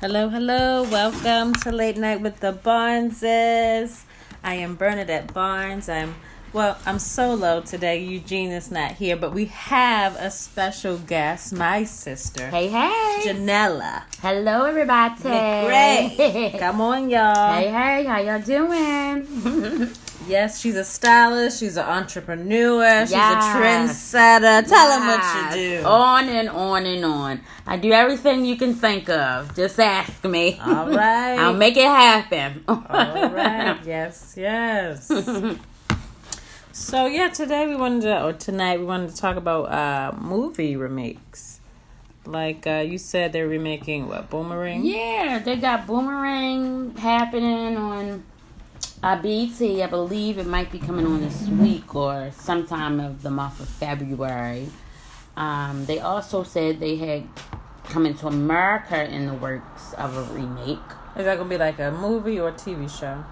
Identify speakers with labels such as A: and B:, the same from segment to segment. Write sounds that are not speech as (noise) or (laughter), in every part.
A: Hello, hello. Welcome to Late Night with the Barneses. I am Bernadette Barnes. I'm well, I'm solo today. Eugene is not here, but we have a special guest, my sister,
B: Hey, hey.
A: Janella
B: Hello, everybody. (laughs)
A: McRae. Come on, y'all.
B: hey, hey. How y'all doing?
A: Yes, she's a stylist, she's an entrepreneur, she's
B: Yes. Oh.
A: a trendsetter. Tell them what you do.
B: On and on and on. I do everything you can think of. Just ask me.
A: All right.
B: (laughs) I'll make it happen.
A: All
B: (laughs)
A: right. Yes, yes. so yeah, today we wanted to, or tonight we wanted to talk about uh movie remakes. Like uh you said, they're remaking what Boomerang?
B: Yeah, they got Boomerang happening on uh, BT. I believe it might be coming on this week or sometime of the month of February. Um, they also said they had coming to America in the works of a remake.
A: Is that gonna be like a movie or a TV show?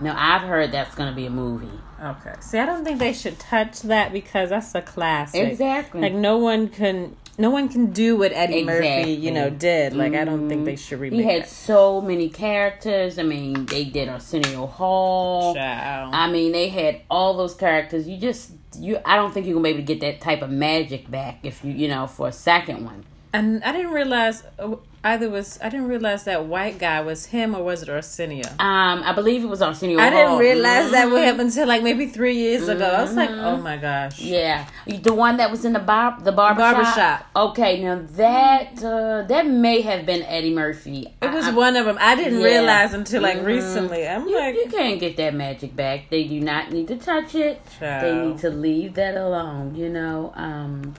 B: Now, I've heard that's going to be a movie.
A: Okay. See, I don't think they should touch that because that's a classic.
B: Exactly.
A: Like no one can. No one can do what Eddie Murphy,
B: Exactly. Mm-hmm.
A: you know, did. Like I don't think they should remake
B: He had
A: it.
B: so many characters. I mean, they did Arsenio Hall.
A: Child.
B: I mean, they had all those characters. You just you. I don't think you're gonna be able to get that type of magic back if you you know for a second one.
A: And I didn't realize uh, either was I didn't realize that white guy was him or was it Arsenio?
B: Um, I believe it was Arsenio.
A: I didn't
B: Hall.
A: realize that
B: Mm-hmm.
A: would happen until like maybe three years ago. I was like, oh my gosh.
B: Yeah, the one that was in the bar, the barbershop.
A: Barbershop.
B: Okay, now that uh, that may have been Eddie Murphy.
A: It was
B: I, I-
A: one of them. I didn't
B: Yeah.
A: realize until like
B: Mhm.
A: recently. I'm
B: you,
A: like,
B: you can't get that magic back. They do not need to touch it. They
A: Child.
B: need to leave that alone. You know, um,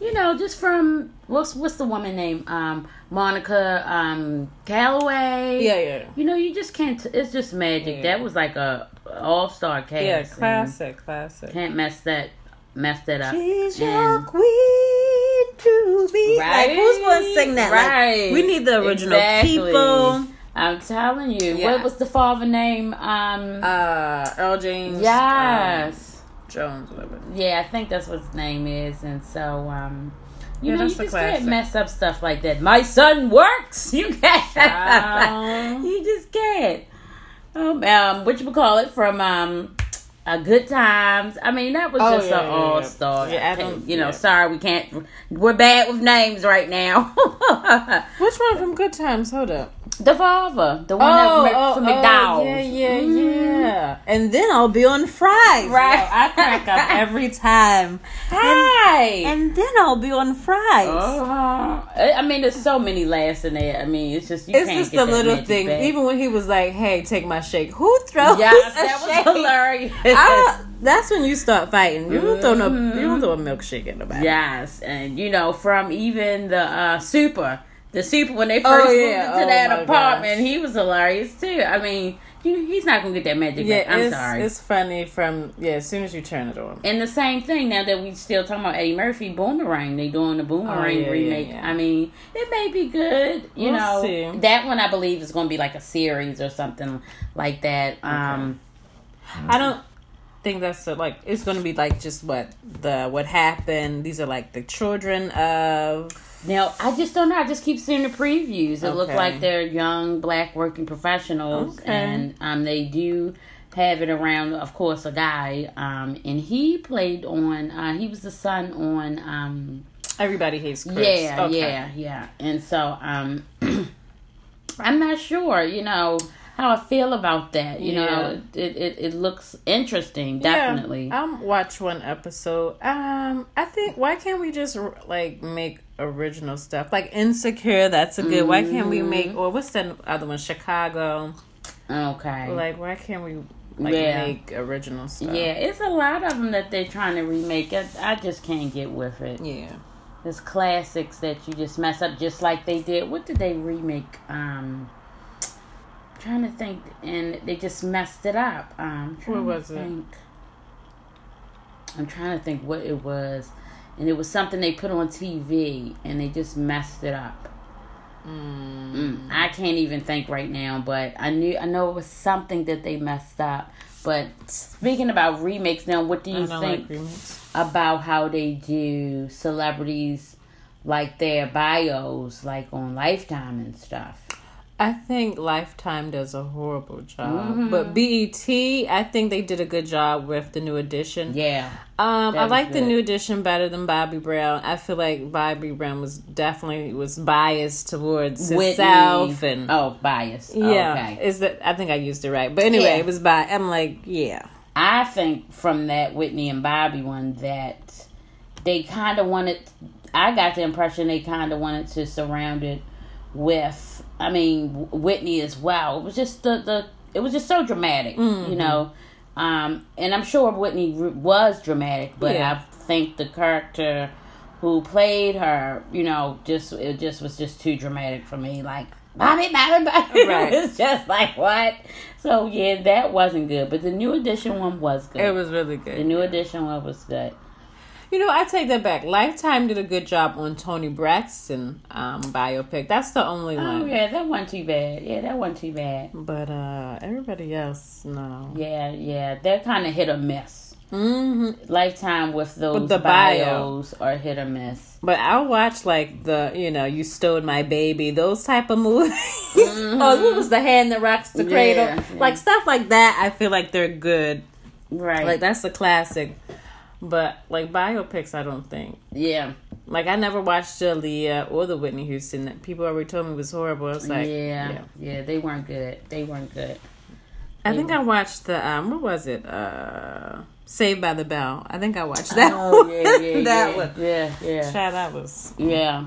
B: you know, just from what's what's the woman name? Um, Monica um, Calloway.
A: yeah, yeah,
B: You know, you just can't. It's just magic.
A: Yeah.
B: That was like a all star cast.
A: yeah,
B: and
A: classic, classic.
B: Can't mess that mess that up.
A: She's your
B: And-
A: queen to be.
B: Right.
A: Like, who's going to sing that? Like,
B: Right.
A: we need the original
B: Exactly.
A: people.
B: I'm telling you.
A: Yeah.
B: What was the father name? Um,
A: Uh, Earl James. um,
B: yes.
A: Jones, whatever.
B: Yeah, I think that's what his name is, and so um, you
A: Yeah,
B: know, you
A: that's a
B: just
A: classic.
B: can't mess up stuff like that. My son works. (laughs) You
A: Child.
B: can't. you just can't. Um, um, what you would call it from um, a good times. I mean, that was
A: Oh,
B: just
A: yeah,
B: an
A: yeah, yeah.
B: all star.
A: Yeah, I don't-
B: you know,
A: yeah.
B: sorry, we can't. We're bad with names right now. (laughs)
A: Which one from Good Times? Hold up.
B: the father, the one that worked for McDonald's.
A: Oh, yeah, yeah, yeah. And then I'll be on fries.
B: Right.
A: Yo, I crack (laughs) up every time.
B: Hi.
A: And then I'll be on fries.
B: Uh-huh. I I mean, there's so many laughs in there. I mean, it's just you
A: It's
B: can't
A: just
B: get
A: the
B: that
A: little
B: magic
A: things.
B: back.
A: Even when he was like, "Hey, take my shake," who throws
B: yeah,
A: a
B: that
A: shake?
B: was hilarious.
A: (laughs) I- that's when you start fighting. You don't throw no. You don't
B: Mm-hmm.
A: throw a milkshake at nobody.
B: yes, and you know, from even the uh, super, the super when they
A: Oh,
B: first
A: yeah.
B: moved
A: Oh,
B: into
A: my
B: that apartment,
A: gosh.
B: he was hilarious too. I mean, you, he's not gonna get that magic
A: Yeah,
B: back. I'm
A: it's,
B: sorry.
A: it's funny from yeah. As soon as you turn it on,
B: and the same thing now that we still talking about Eddie Murphy Boomerang, they doing the Boomerang
A: Oh, yeah, yeah,
B: remake.
A: yeah.
B: I mean, it may be good, you
A: We'll
B: know.
A: see.
B: That one I believe is going to be like a series or something like that. Um,
A: I don't think that's the, like it's going to be like just what the what happened. These are like the children of
B: Now I just don't know. I just keep seeing the previews. It look
A: Okay.
B: like they're young black working professionals,
A: Okay.
B: and um, they do have it around. Of course, a guy, um, and he played on. Uh, he was the son on. Um,
A: Everybody hates Chris.
B: yeah,
A: Okay.
B: yeah, yeah. And so um, (clears throat) I'm not sure. You know how I feel about that. You
A: Yeah.
B: know, it, it it looks interesting.
A: Yeah,
B: Definitely.
A: I'll watch one episode. Um, I think why can't we just like make original stuff like Insecure? That's a good. Why can't
B: Mm-hmm.
A: we make or what's that other one? Chicago.
B: Okay.
A: Like why can't we like
B: Mm-hmm. Yeah.
A: make original stuff?
B: yeah, it's a lot of them that they're trying to remake. I, I just can't get with it.
A: yeah.
B: There's classics that you just mess up, just like they did. What did they remake? Um, trying to think, and they just messed it up. Um, trying to
A: was it?
B: think. I'm trying to think what it was, and it was something they put on TV, and they just messed it up. Mm, I can't even think right now, but I knew I know it was something that they messed up. But speaking about remakes, now what do
A: I
B: you
A: don't
B: think?
A: like remakes.
B: about how they do celebrities like their bios like on lifetime and stuff
A: I think Lifetime does a horrible job,
B: Mm-hmm.
A: but BET, I think they did a good job with the new edition.
B: Yeah.
A: Um,
B: That
A: I
B: was
A: like the
B: good.
A: new edition better than Bobby Brown. I feel like Bobby Brown was definitely was biased towards himself and
B: oh, bias.
A: yeah,
B: Okay.
A: is that I think I used it right, but anyway,
B: Yeah.
A: it was by I'm like yeah,
B: I think from that Whitney and Bobby one that they kind of wanted. I got the impression they kind of wanted to surround it with. I mean, Whitney as well. It was just the the. It was just so dramatic,
A: Mm-hmm.
B: you know. Um, and I'm sure Whitney r- was dramatic, but
A: Yeah.
B: I think the character who played her, you know, just it just was just too dramatic for me. Like Bobby, Bobby, Bobby.
A: Right.
B: (laughs) it's just like what? So yeah, that wasn't good. But the new edition one was good.
A: it was really
B: the
A: good.
B: new edition one was good.
A: You know, I take that back. Lifetime did a good job on Tony Braxton um, biopic. That's the only one.
B: Oh yeah, that wasn't too bad. Yeah, that wasn't too bad.
A: But uh, everybody else, no.
B: Yeah, yeah, they're kind of hit or miss.
A: hmm
B: Lifetime with those
A: With the bio.
B: bios are hit or miss.
A: But I'll watch like the you know you stole my baby those type of movies. (laughs) oh, what was the hand that rocks the
B: Mm-hmm. Yeah,
A: cradle?
B: yeah.
A: Like stuff like that. I feel like they're good.
B: Right.
A: Like that's a classic. But like biopics, I don't think.
B: yeah.
A: Like I never watched the Aaliyah or the Whitney Houston. That people already told me was horrible. I was like,
B: yeah. Yeah. They weren't good. They weren't (laughs) good.
A: I think I watched the um what was it? Uh Saved by the Bell. I think I watched that. (laughs)
B: Oh
A: one.
B: yeah, (laughs) yeah,
A: that
B: yeah,
A: one.
B: Yeah, yeah,
A: Child, that was
B: yeah,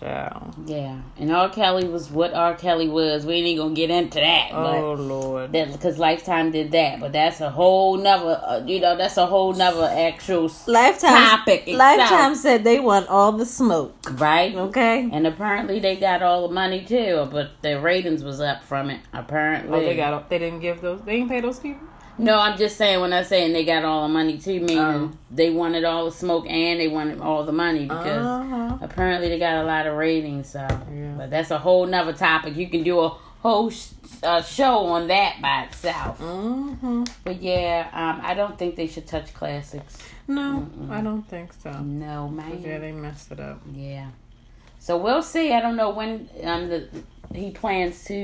A: child.
B: yeah. And R. Kelly was what R. Kelly was. We ain't gonna get into that. but-
A: Oh Lord.
B: that because Lifetime did that, but that's a whole nother, uh, you know, that's a whole nother actual s-
A: Lifetime
B: topic. itself,
A: Lifetime said they want all the smoke.
B: right?
A: Okay.
B: And apparently they got all the money too, but the ratings was up from it. Apparently,
A: Oh, they got. They didn't give those. They didn't pay those people.
B: no. I'm just saying when I saying they got all the money too, meaning
A: Oh.
B: they wanted all the smoke and they wanted all the money because
A: Uh-huh.
B: apparently they got a lot of ratings. So,
A: Yeah.
B: but that's a whole nother topic. You can do a whole sh- uh, show on that by itself.
A: hmm
B: But yeah, um, I don't think they should touch classics.
A: No, I don't think so.
B: No, man.
A: Yeah, they messed it up.
B: Yeah. So we'll see. I don't know when um the, he plans to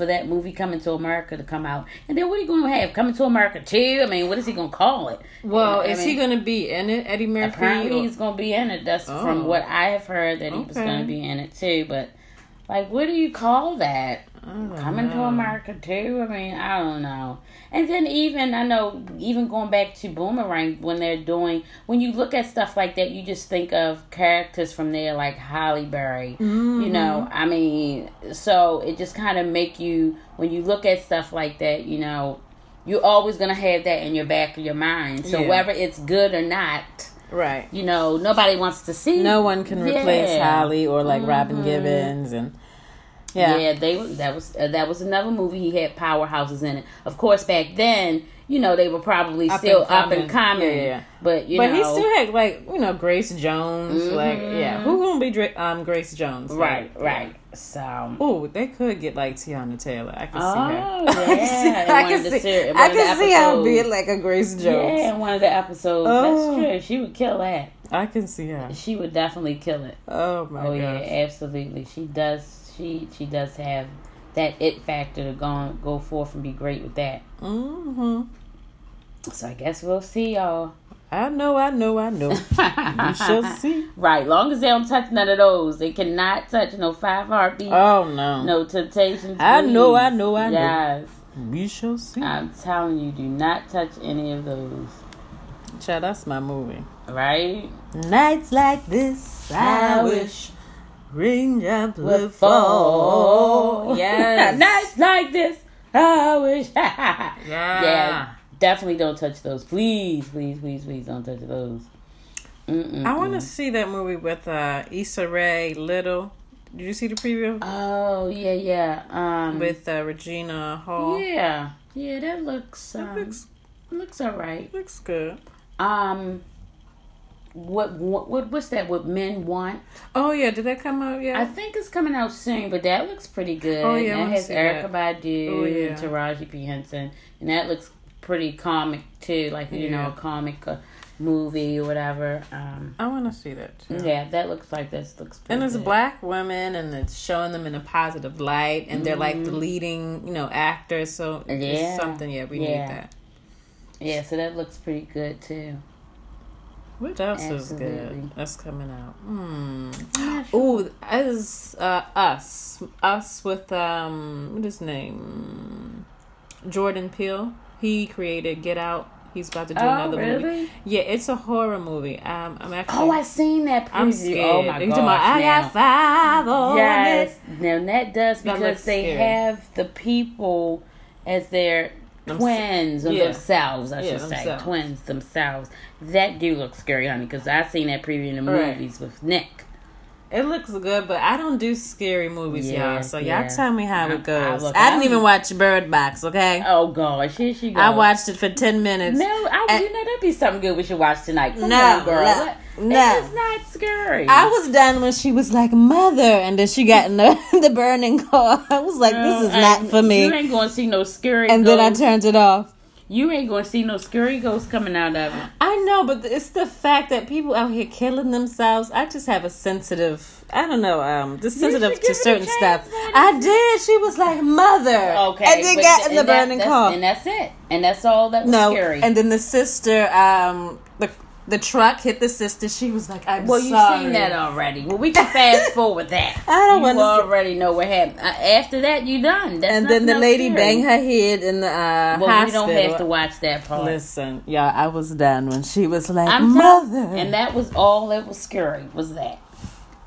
B: for that movie Coming to America to come out, and then what are you going to have Coming to America too? I mean, what is he going to call it?
A: Well,
B: I
A: is he
B: mean,
A: gonna be in it, Eddie Murphy?
B: Apparently,
A: or-
B: he's going to be in it. That's
A: Oh.
B: from what I have heard that he was
A: Okay.
B: going to be in it too. But like, what do you call that?
A: I don't
B: Coming to
A: know.
B: America too. I mean, I don't know. And then even I know even going back to Boomerang when they're doing when you look at stuff like that, you just think of characters from there like Holly Berry.
A: Mm-hmm.
B: You know, I mean, so it just kind of make you when you look at stuff like that, you know, you're always gonna have that in your back of your mind. So
A: Yeah.
B: whether it's good or not,
A: Right.
B: you know, nobody wants to see.
A: No one can replace
B: Yeah.
A: Holly or like Robin Givens and
B: Yeah,
A: Mm-hmm. yeah.
B: they that was uh, that was another movie. He had powerhouses in it. Of course, back then, you know, they were probably
A: Up
B: still
A: and
B: up and
A: coming.
B: coming.
A: Yeah, yeah.
B: But you
A: but
B: know,
A: he still had like you know Grace Jones. Like
B: Mhm.
A: yeah, who gonna be Dra- um Grace Jones?
B: right,
A: Like,
B: right. So.
A: Oh, they could get like Tiana Taylor. I can
B: Oh,
A: see her. I can see-
B: yeah, in
A: (laughs) I
B: one
A: can
B: of the
A: see,
B: ser- in
A: I
B: one of the
A: can see her
B: episodes.
A: being like a Grace Jones.
B: Yeah, in one of the episodes.
A: Oh.
B: That's true. She would kill that.
A: I can see her.
B: She would definitely kill it.
A: Oh my
B: oh
A: gosh.
B: yeah, absolutely. She does. She she does have that it factor to go on, go forth and be great with that.
A: hmm
B: So I guess we'll see (laughs) y'all.
A: I know, I know, I
B: (laughs)
A: know. we shall see.
B: Right, long as they don't touch none of those, they cannot touch no five heartbeats,
A: Oh no.
B: no temptations.
A: I know, I
B: please.
A: know, I know.
B: Yes,
A: We shall see.
B: I'm telling you, do not touch any of those.
A: Child, that's my movie.
B: Right?
A: Nights like this, I
B: I
A: wish raindrops
B: Will
A: would fall. (laughs) Yes.
B: nights like this.
A: (laughs)
B: I wish. yeah. Mm-hmm.
A: Yeah.
B: definitely don't touch those. Please, please, please, please don't touch those. Mm-mm.
A: I want to see that movie with uh, Issa Rae Little. Did you see the preview
B: Oh yeah, yeah. Um.
A: with uh, Regina Hall?
B: yeah, yeah. That looks um, looks
A: Looks
B: looks alright.
A: looks good.
B: um what what what- what's that what men want
A: Oh yeah, did that come out
B: i
A: yet?
B: think it's coming out soon but that looks pretty good
A: Oh, yeah, I
B: that
A: wanna
B: has
A: see
B: erica badu
A: Oh, yeah.
B: and taraji p henson and that looks pretty comic too like you know
A: Yeah.
B: a comic uh, movie or whatever. Um,
A: I want to see that too.
B: yeah, that looks like this looks.
A: And
B: pretty
A: it's
B: good.
A: black women, and it's showing them in a positive light, and they're like the leading, you know, actors. So
B: Yeah.
A: it's something. Mm-hmm. Yeah, we
B: Yeah.
A: need that.
B: Yeah, so that looks pretty good too.
A: What else is
B: Absolutely.
A: good? That's coming out. Hmm. Ooh, that is uh, us. Us with um, what is his name? Jordan Peele. He created Get Out. He's about to do another movie. Yeah, it's a horror movie. Um, I'm actually.
B: Oh, I seen that preview.
A: I'm scared.
B: Oh my
A: You
B: gosh!
A: talking about, I
B: now.
A: got five on
B: Yes.
A: it.
B: Now that does
A: Oh, That
B: because
A: looks
B: they
A: scary.
B: have the people as their
A: I'm s-
B: twins or
A: yeah.
B: themselves, I
A: Yeah,
B: should say,
A: themselves.
B: twins themselves. That do look scary, honey, because I seen that preview in the
A: Right.
B: movies with Nick.
A: It looks good, but I don't do scary movies,
B: Yeah,
A: y'all. So
B: yeah.
A: y'all tell me how
B: I-
A: it goes.
B: I
A: I,
B: look-
A: didn't
B: I-
A: even watch Bird Box. Okay,
B: Oh gosh, here she goes.
A: I watched it for ten minutes.
B: No, I
A: And-
B: you know that'd be something good we should watch tonight. Come
A: No,
B: on, girl.
A: no,
B: What-
A: no.
B: It is not scary.
A: I was done when she was like, "Mother," and then she got in the, (laughs) the burning car. I was like, "This is
B: Girl,
A: not
B: I-
A: for
B: You
A: me,"
B: ain't gonna see no scary.
A: and
B: ghosts.
A: then I turned it off.
B: You ain't gonna see no scary ghosts coming out of it.
A: I know, but it's the fact that people out here killing themselves. I just have a sensitive, I don't know, um, just sensitive
B: should give
A: to
B: it a
A: certain
B: chance,
A: stuff.
B: man.
A: I did. She was like, "Mother,"
B: Okay,
A: and then
B: but
A: got
B: th-
A: in the
B: and that-
A: burning
B: that's-
A: car.
B: and that's it. And that's all that was
A: No,
B: scary.
A: and then the sister, um, the the truck hit the sister. She was like, "I'm
B: well, you've
A: sorry."
B: seen that uh, already. Well, we can
A: (laughs)
B: fast forward that.
A: I don't
B: you
A: wanna see-
B: already know what happened. Uh, after that, you done. That's
A: And then the
B: nothing
A: lady
B: else
A: banged
B: scary.
A: her head in the uh,
B: Well,
A: hospital.
B: we don't have to watch that part.
A: Listen, y'all, I was done when she was like,
B: I'm tell-
A: "Mother,"
B: and that was all that was scary. Was that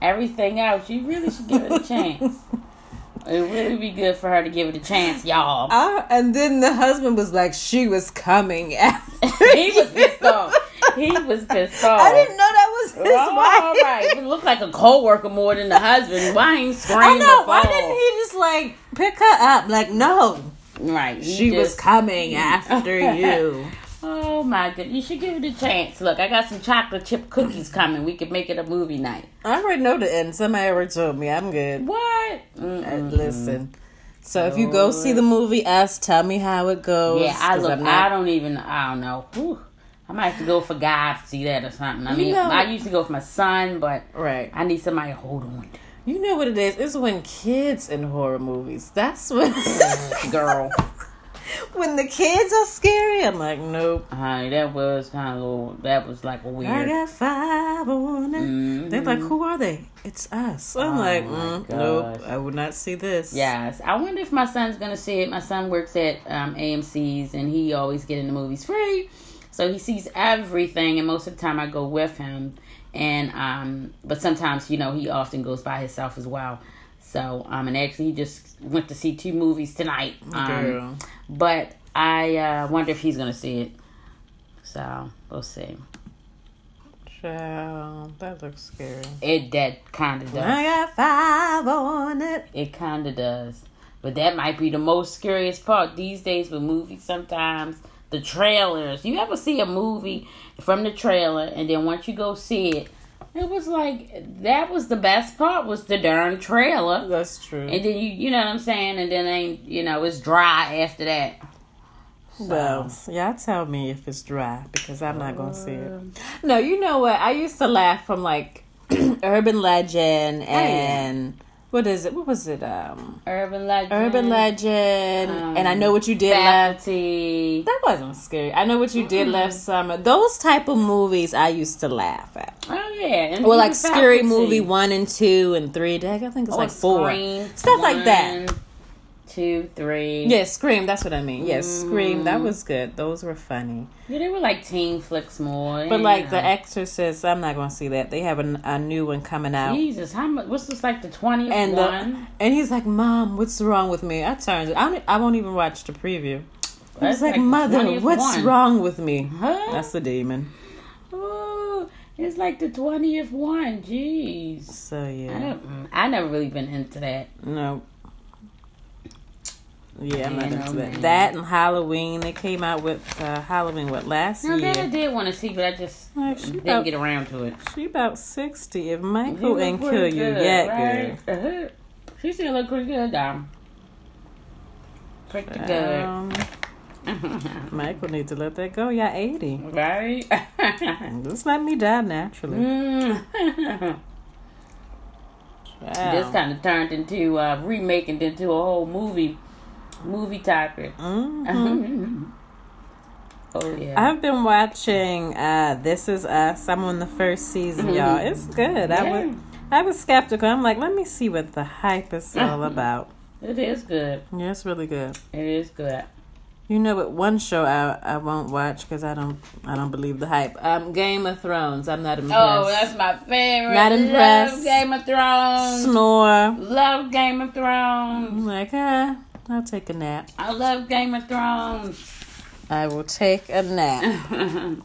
B: everything else? You really should give it
A: (laughs)
B: a chance. It would really be good for her to give it a chance, y'all.
A: I- Ah, and then the husband was like, "She was coming." (laughs) after
B: (laughs) he
A: you."
B: was pissed off. He was pissed off.
A: I didn't know that was his
B: Well,
A: wife.
B: Oh, All
A: (laughs)
B: right, it looked like a co-worker more than the husband. Why ain't screaming?
A: I know. Why didn't he just like pick her up? Like, no,
B: he? Right, he
A: she was (laughs)
B: just-
A: coming after you.
B: Oh my god, you should give it a chance. Look, I got some chocolate chip cookies coming. We could make it a movie night.
A: I already know the end. Somebody already told me. I'm good. Mm-hmm.
B: What? Mm-mm.
A: Listen. So if you go see the movie Us, tell me how it goes.
B: Yeah, I
A: 'cause
B: look.
A: I'm not-
B: I don't even. I don't know. Whew. I might have to go for God to see that or something. I mean,
A: know-
B: I usually go for my son, but
A: right.
B: I need somebody to hold on.
A: You know what it is? It's when kids in horror movies. That's when
B: to. (laughs) Girl,
A: (laughs) when the kids are scary. I'm like, nope.
B: honey, Uh, that was kind of a little. That was like a
A: I
B: weird.
A: got five on it.
B: Mhm.
A: They're like, who are they? It's us. I'm like,
B: Oh my
A: mm,
B: gosh.
A: nope. I would not see this.
B: Yes, I wonder if my son's gonna see it. My son works at um, AMC's, and he always get in the movies free, so he sees everything. And most of the time, I go with him, and um, but sometimes you know he often goes by himself as well. So um, and actually he just went to see two movies tonight. Um,
A: Girl.
B: but I uh, wonder if he's gonna see it. So we'll see.
A: Child, that looks scary.
B: It that kind of does.
A: I got five on it.
B: It kind of does. But that might be the most scariest part these days with movies sometimes. The trailers. You ever see a movie from the trailer and then once you go see it, it was like that was the best part was the darn trailer.
A: That's true.
B: And then you you know what I'm saying? And then ain't you know, it's dry after that.
A: Well, y'all tell me if it's dry because I'm not gonna see it.
B: Um,
A: No, you know what? I used to laugh from like (clears throat) Urban Legend
B: Oh,
A: and what is it? What was it? Um,
B: Urban Um, legend.
A: Urban Legend and I know what you did last.
B: Faculty.
A: That wasn't scary. I know what you did last summer. Those type of movies I used to laugh at.
B: Oh yeah. And
A: Well, like
B: even
A: Scary
B: faculty.
A: Movie one and two and three. Dag, I think it's
B: Oh,
A: like four.
B: Scream,
A: Stuff like that.
B: one, Two, three.
A: Yeah, Scream. That's what I mean. Yeah, Scream.
B: Mm.
A: That was good. Those were funny.
B: Yeah, they were like teen flicks more.
A: But
B: you
A: like The
B: know.
A: Exorcist, I'm not gonna see that. They have a, a new one coming out,
B: Jesus, how much? What's this like the twentieth
A: and the,
B: one?
A: and he's like, "Mom, what's wrong with me?" I turned. it- I don't, I won't even watch the preview. I
B: That's
A: was like,
B: the
A: "Mother,
B: 20th
A: what's
B: one.
A: wrong with me?"
B: Huh?
A: That's a demon.
B: Ooh, it's like the twentieth one. Jeez,
A: So
B: I,
A: yeah,
B: don't, mm, I never really been into that.
A: no. Yeah, I'm not
B: Man, oh,
A: into
B: man.
A: that. That and Halloween. They came out with uh, Halloween what last
B: No, that I
A: year.
B: did want to see, but I just
A: Like, Oh, she
B: didn't
A: about,
B: get around to it.
A: she about sixty. If
B: You
A: Michael
B: look
A: ain't
B: pretty
A: kill you
B: good,
A: yet, girl.
B: right? Uh-huh. She still look pretty good, (laughs) though. Pretty good.
A: Um, Michael needs to let that go. Y'all 80. (laughs)
B: Right? (laughs)
A: Just let me die naturally.
B: Mm. (laughs)
A: Wow.
B: This kind of turned into uh, remaking into a whole movie, movie topic.
A: Mhm.
B: Mm-hmm. (laughs) oh yeah,
A: I've been watching uh, This Is Us. I'm on the first season, y'all.
B: Mhm.
A: It's good. I
B: Yeah.
A: was I was skeptical. I'm like, let me see what the hype
B: (laughs)
A: is all about.
B: it is good.
A: Yeah, it's really good.
B: It is good.
A: You know, but one show I I won't watch because I don't I don't believe the hype. Um, Game of Thrones. I'm not impressed.
B: Oh, that's my favorite.
A: Not impressed.
B: Love Game of Thrones.
A: snore.
B: Love Game of Thrones.
A: I'm like, ah, I'll take a nap.
B: I love Game of Thrones.
A: I will take a nap.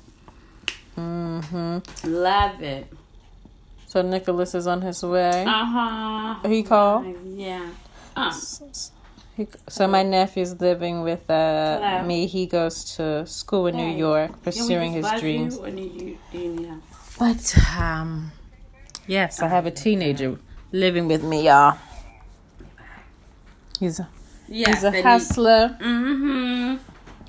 A: hmm
B: (laughs) love it.
A: So Nicholas is on his way.
B: Uh huh.
A: He called.
B: Yeah. Uh,
A: He- So my nephew's living with uh,
B: Hello.
A: me. He goes to school in New
B: Hey.
A: York,
B: can we
A: pursuing
B: just
A: his
B: buzz you,
A: dreams.
B: or do you- do you need help?
A: But um, yes, I have a teenager living with me, y'all. He's a,
B: Yeah.
A: he's a hustler.
B: Mm-hmm.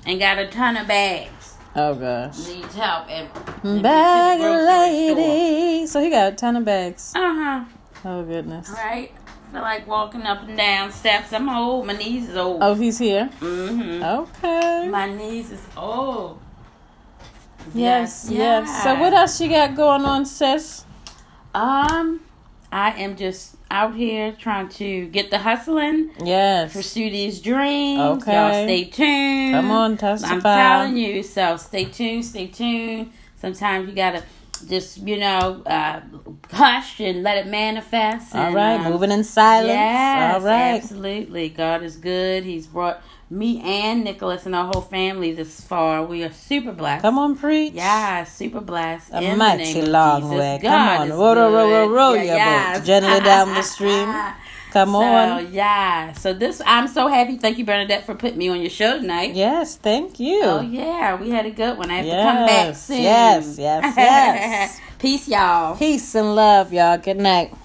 B: And got a ton of bags.
A: Oh gosh,
B: Needs help and
A: Mm-hmm. bag lady. So he got a ton of bags.
B: Uh huh.
A: Oh goodness.
B: Right. Feel like walking up and down steps. I'm old. My knees is old.
A: Oh, he's here.
B: Mm-hmm.
A: Okay.
B: My knees is old.
A: Yes, yes. So
B: yes.
A: what else you got going on, sis?
B: Um, I am just out here trying to get the hustling,
A: Yes.
B: pursue these dreams.
A: Okay.
B: Y'all stay tuned.
A: Come on,
B: I'm
A: testify.
B: telling you. So stay tuned, stay tuned. Sometimes you gotta just, you know, uh, hush and let it manifest.
A: All
B: and,
A: right,
B: um,
A: moving in silence.
B: Yes,
A: All right.
B: absolutely. God is good. He's brought me and Nicholas and our whole family this far. We are super blessed.
A: Come on, preach.
B: Yeah, super blessed.
A: A
B: in the
A: mighty
B: name of
A: long
B: Jesus.
A: way. Come
B: God
A: on.
B: is
A: Row, row, row, row,
B: good.
A: row
B: Yeah,
A: your boat
B: yes.
A: gently down
B: (laughs)
A: the stream. Come
B: so,
A: on.
B: yeah. So this, I'm so happy. Thank you, Bernadette, for putting me on your show tonight.
A: Yes, thank you.
B: Oh yeah, we had a good one. I have to come back
A: Yes,
B: soon.
A: yes, yes, yes.
B: (laughs) Peace, y'all.
A: Peace and love, y'all. Good night.